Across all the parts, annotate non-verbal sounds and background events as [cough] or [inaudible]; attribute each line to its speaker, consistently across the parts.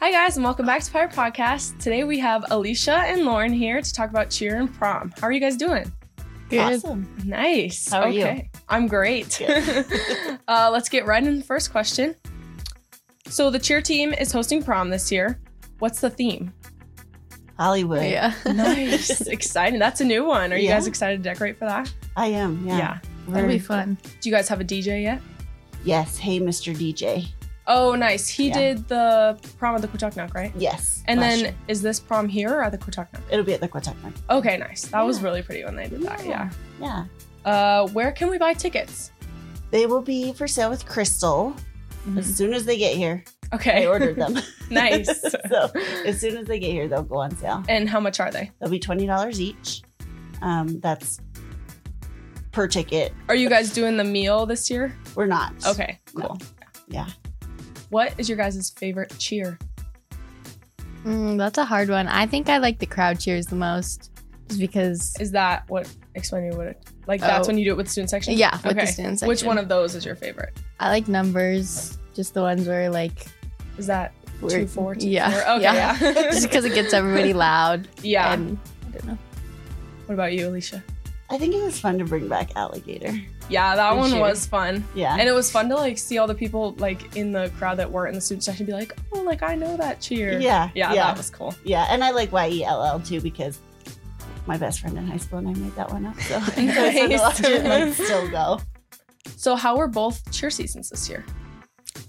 Speaker 1: Hi, guys, and welcome back to Pirate Podcast. Today we have Alicia and Lauren here to talk about cheer and prom. How are you guys doing?
Speaker 2: Awesome.
Speaker 1: Nice.
Speaker 2: How are you?
Speaker 1: okay. I'm great. [laughs]
Speaker 2: [laughs]
Speaker 1: uh, let's get right into the first question. So, the cheer team is hosting prom this year. What's the theme?
Speaker 2: Hollywood.
Speaker 3: Yeah.
Speaker 1: [laughs] Nice. Exciting. That's a new one. Are you
Speaker 2: Yeah.
Speaker 1: guys excited to decorate for that?
Speaker 2: I am. Yeah.
Speaker 3: That'd
Speaker 2: We're-
Speaker 3: be fun.
Speaker 1: Do you guys have a DJ yet?
Speaker 2: Yes. Hey, Mr. DJ.
Speaker 1: Oh, nice. He
Speaker 2: Yeah.
Speaker 1: did the prom at the Quatucknuck, right?
Speaker 2: Yes.
Speaker 1: And
Speaker 2: last
Speaker 1: then
Speaker 2: year.
Speaker 1: is this prom here or at the Quatucknuck?
Speaker 2: it'll be at the Quatucket.
Speaker 1: Okay, nice. That was
Speaker 2: Yeah.
Speaker 1: really pretty when they did that. Yeah.
Speaker 2: Yeah.
Speaker 1: Uh, where can we buy tickets?
Speaker 2: They will be for sale with Crystal
Speaker 1: Mm-hmm.
Speaker 2: as soon as they get here.
Speaker 1: Okay. [laughs]
Speaker 2: I ordered them. [laughs]
Speaker 3: [laughs]
Speaker 1: nice.
Speaker 2: so as soon as they get here, they'll go on sale.
Speaker 1: and how much are they?
Speaker 2: They'll be twenty dollars each. Um, that's per ticket.
Speaker 1: Are you guys doing the meal this year?
Speaker 2: We're not.
Speaker 1: Okay,
Speaker 2: No.
Speaker 1: cool.
Speaker 2: Yeah.
Speaker 1: What is your guys' favorite cheer?
Speaker 3: Mm, that's a hard one. I think I like the crowd cheers the most just because,
Speaker 1: Is that what? Explain to me what it like. That's
Speaker 3: Oh.
Speaker 1: when you do it with student section.
Speaker 3: yeah, with
Speaker 1: Okay.
Speaker 3: the students.
Speaker 1: Which one of those is your favorite?
Speaker 3: I like numbers, just the ones where like,
Speaker 1: Is that
Speaker 3: we're-
Speaker 1: two four two
Speaker 3: yeah,
Speaker 1: four? Okay.
Speaker 3: yeah.
Speaker 1: Yeah.
Speaker 3: [laughs] just because it gets everybody loud.
Speaker 1: [laughs] Yeah.
Speaker 3: And
Speaker 1: what about you, Alicia?
Speaker 2: I think it was fun to bring back alligator.
Speaker 1: Yeah, that
Speaker 2: Good
Speaker 1: one
Speaker 2: cheer.
Speaker 1: was fun.
Speaker 2: Yeah.
Speaker 1: And it was fun to like see all the people like in the crowd that weren't in the student section be like, oh, like I know that cheer.
Speaker 2: yeah.
Speaker 1: Yeah,
Speaker 2: Yeah.
Speaker 1: that was cool.
Speaker 2: Yeah, and I like YELL too because my best friend in high school and I made that one up. So, [laughs] so it's fun to
Speaker 1: Nice.
Speaker 2: watch it, like still go.
Speaker 1: So how were both cheer seasons this year?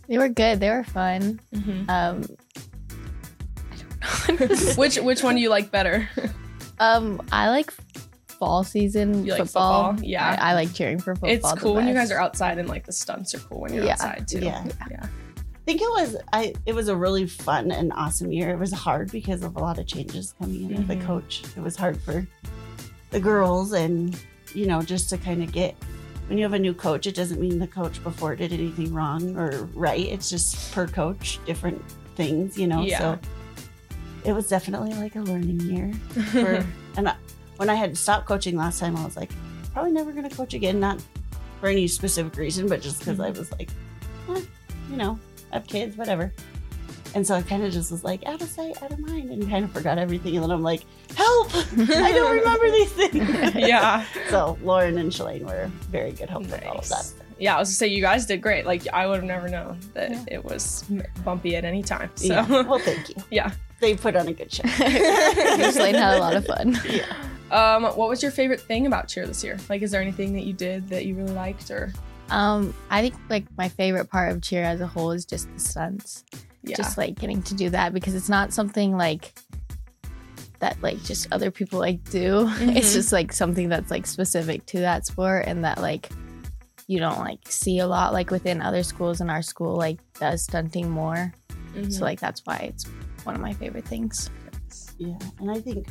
Speaker 3: they were good. They were fun. Um,
Speaker 1: [laughs] which which one do you like better? [laughs]
Speaker 3: um, I like fall season
Speaker 1: You like
Speaker 3: football.
Speaker 1: football? Yeah.
Speaker 3: I, I like cheering for football.
Speaker 1: it's
Speaker 3: the
Speaker 1: cool when you
Speaker 3: best. [laughs]
Speaker 1: guys are outside and like the stunts are cool when you're
Speaker 3: Yeah.
Speaker 1: outside too. [laughs]
Speaker 2: Yeah.
Speaker 1: Yeah.
Speaker 2: I think it was I it was a really fun and awesome year. It was hard because of a lot of changes coming in with the
Speaker 1: Mhm.
Speaker 2: coach. It was hard for the girls and you know, just to kind of get when you have a new coach, it doesn't mean the coach before did anything wrong or right. It's just per coach, different things, you know.
Speaker 1: Yeah.
Speaker 2: So it was definitely like a learning year. for- and I, when I had stopped coaching last time, I was like, probably never going to coach again. Not for any specific reason, but just because I was like, eh, you know, I have kids, whatever. And so I kind of just was like, out of sight, out of mind, and kind of forgot everything. And then I'm like, help! I
Speaker 1: [laughs]
Speaker 2: don't remember these things.
Speaker 1: yeah.
Speaker 2: So Lauren and Shalane were very good help with all of that.
Speaker 1: Nice. Yeah, I was gonna say you guys did great. Like I would have never known that
Speaker 2: Yeah.
Speaker 1: it was m- bumpy at any time. So
Speaker 2: Yeah. Well, thank you.
Speaker 1: Yeah.
Speaker 2: They put on a good show.
Speaker 3: Slane had a
Speaker 1: [laughs]
Speaker 3: lot of fun.
Speaker 1: [laughs] Um, what was your favorite thing about cheer this year? Like, is there anything that you did that you really liked, or
Speaker 3: Um, I think like my favorite part of cheer as a whole is just the stunts.
Speaker 1: yeah,
Speaker 3: Just like getting to do that because it's not something like that like just other people like do. [laughs]
Speaker 1: Mhm.
Speaker 3: It's just like something that's like specific to that sport and that like you don't like see a lot like within other schools and our school like does stunting more.
Speaker 1: Mhm.
Speaker 3: So like that's why it's one of my favorite things.
Speaker 2: Yeah, and I think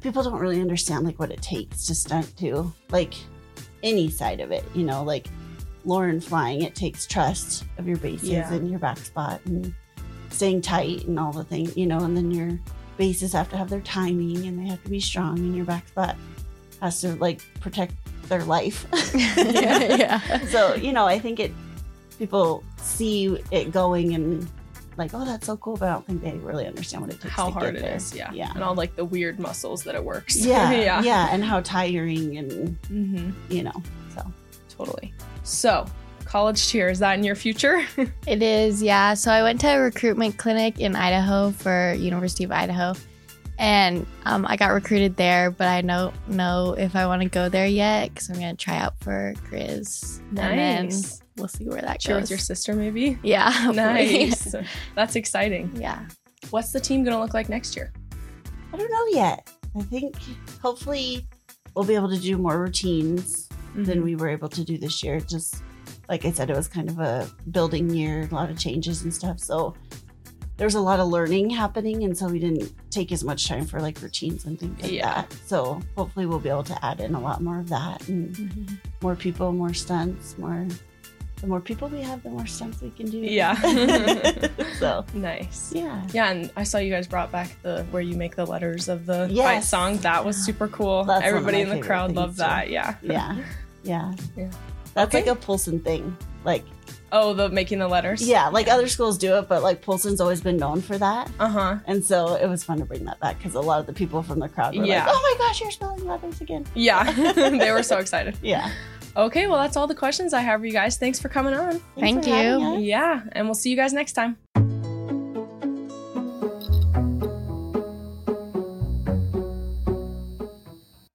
Speaker 2: people don't really understand like what it takes to stunt to like any side of it. You know, like Lauren flying, it takes trust of your bases
Speaker 1: Yeah.
Speaker 2: and your back spot and staying tight and all the things. You know, and then your bases have to have their timing and they have to be strong, and your back spot has to like protect their life.
Speaker 3: [laughs]
Speaker 2: [laughs]
Speaker 3: yeah.
Speaker 2: so you know, I think it people see it going and like, oh, that's so cool, but I don't think they really understand what it takes.
Speaker 1: how
Speaker 2: to
Speaker 1: hard
Speaker 2: get
Speaker 1: it
Speaker 2: there.
Speaker 1: is, yeah,
Speaker 2: yeah.
Speaker 1: and all like the weird muscles that it [laughs] works.
Speaker 2: Yeah,
Speaker 1: yeah,
Speaker 2: yeah, and how tiring, and
Speaker 1: hmm
Speaker 2: you know, so
Speaker 1: totally. So, college cheer is that in your
Speaker 2: [laughs]
Speaker 1: future?
Speaker 3: It is, yeah. So I went to a recruitment clinic in Idaho for University of Idaho, and um, I got recruited there. But I don't know if I want to go there yet because I'm gonna try out for Grizz, and then
Speaker 1: Nice.
Speaker 3: we'll see where that
Speaker 1: cheer
Speaker 3: goes.
Speaker 1: with your sister,
Speaker 2: [laughs]
Speaker 1: maybe.
Speaker 3: yeah, hopefully.
Speaker 1: Nice, that's exciting.
Speaker 3: [laughs] yeah,
Speaker 1: What's the team gonna look like next year?
Speaker 2: I don't know yet. I think hopefully we'll be able to do more routines
Speaker 1: Mm-hmm.
Speaker 2: than we were able to do this year. Just like I said, it was kind of a building year, a lot of changes and stuff. So there was a lot of learning happening, and so we didn't take as much time for like routines and things like
Speaker 1: Yeah.
Speaker 2: that. So hopefully we'll be able to add in a lot more of that and
Speaker 1: Mm-hmm.
Speaker 2: more people, more stunts, more. The more people we have, the more stunts we can do.
Speaker 1: Yeah.
Speaker 2: [laughs] so
Speaker 1: Nice.
Speaker 2: yeah.
Speaker 1: Yeah, and I saw you guys brought back the where you make the letters of the fight
Speaker 2: Yes.
Speaker 1: song. That was super cool.
Speaker 2: That's one of
Speaker 1: Everybody
Speaker 2: my
Speaker 1: in the
Speaker 2: favorite
Speaker 1: crowd
Speaker 2: things,
Speaker 1: loved
Speaker 2: too.
Speaker 1: that. Yeah.
Speaker 2: yeah yeah
Speaker 1: Yeah.
Speaker 2: That's
Speaker 1: Okay.
Speaker 2: like a Polson thing. Like,
Speaker 1: [laughs] Oh, the making the letters.
Speaker 2: yeah, like other schools do it, but like Polson's always been known for that.
Speaker 1: Uh huh.
Speaker 2: And so it was fun to bring that back because a lot of the people from the crowd were
Speaker 1: Yeah.
Speaker 2: like, oh my gosh, you're spelling letters again.
Speaker 1: Yeah. [laughs]
Speaker 2: [laughs]
Speaker 1: they were so excited.
Speaker 2: Yeah.
Speaker 1: Okay, well, that's all the questions I have for you guys. Thanks for coming on.
Speaker 2: Thanks
Speaker 3: Thank
Speaker 2: for having
Speaker 3: you.
Speaker 2: us.
Speaker 1: Yeah, and we'll see you guys next time.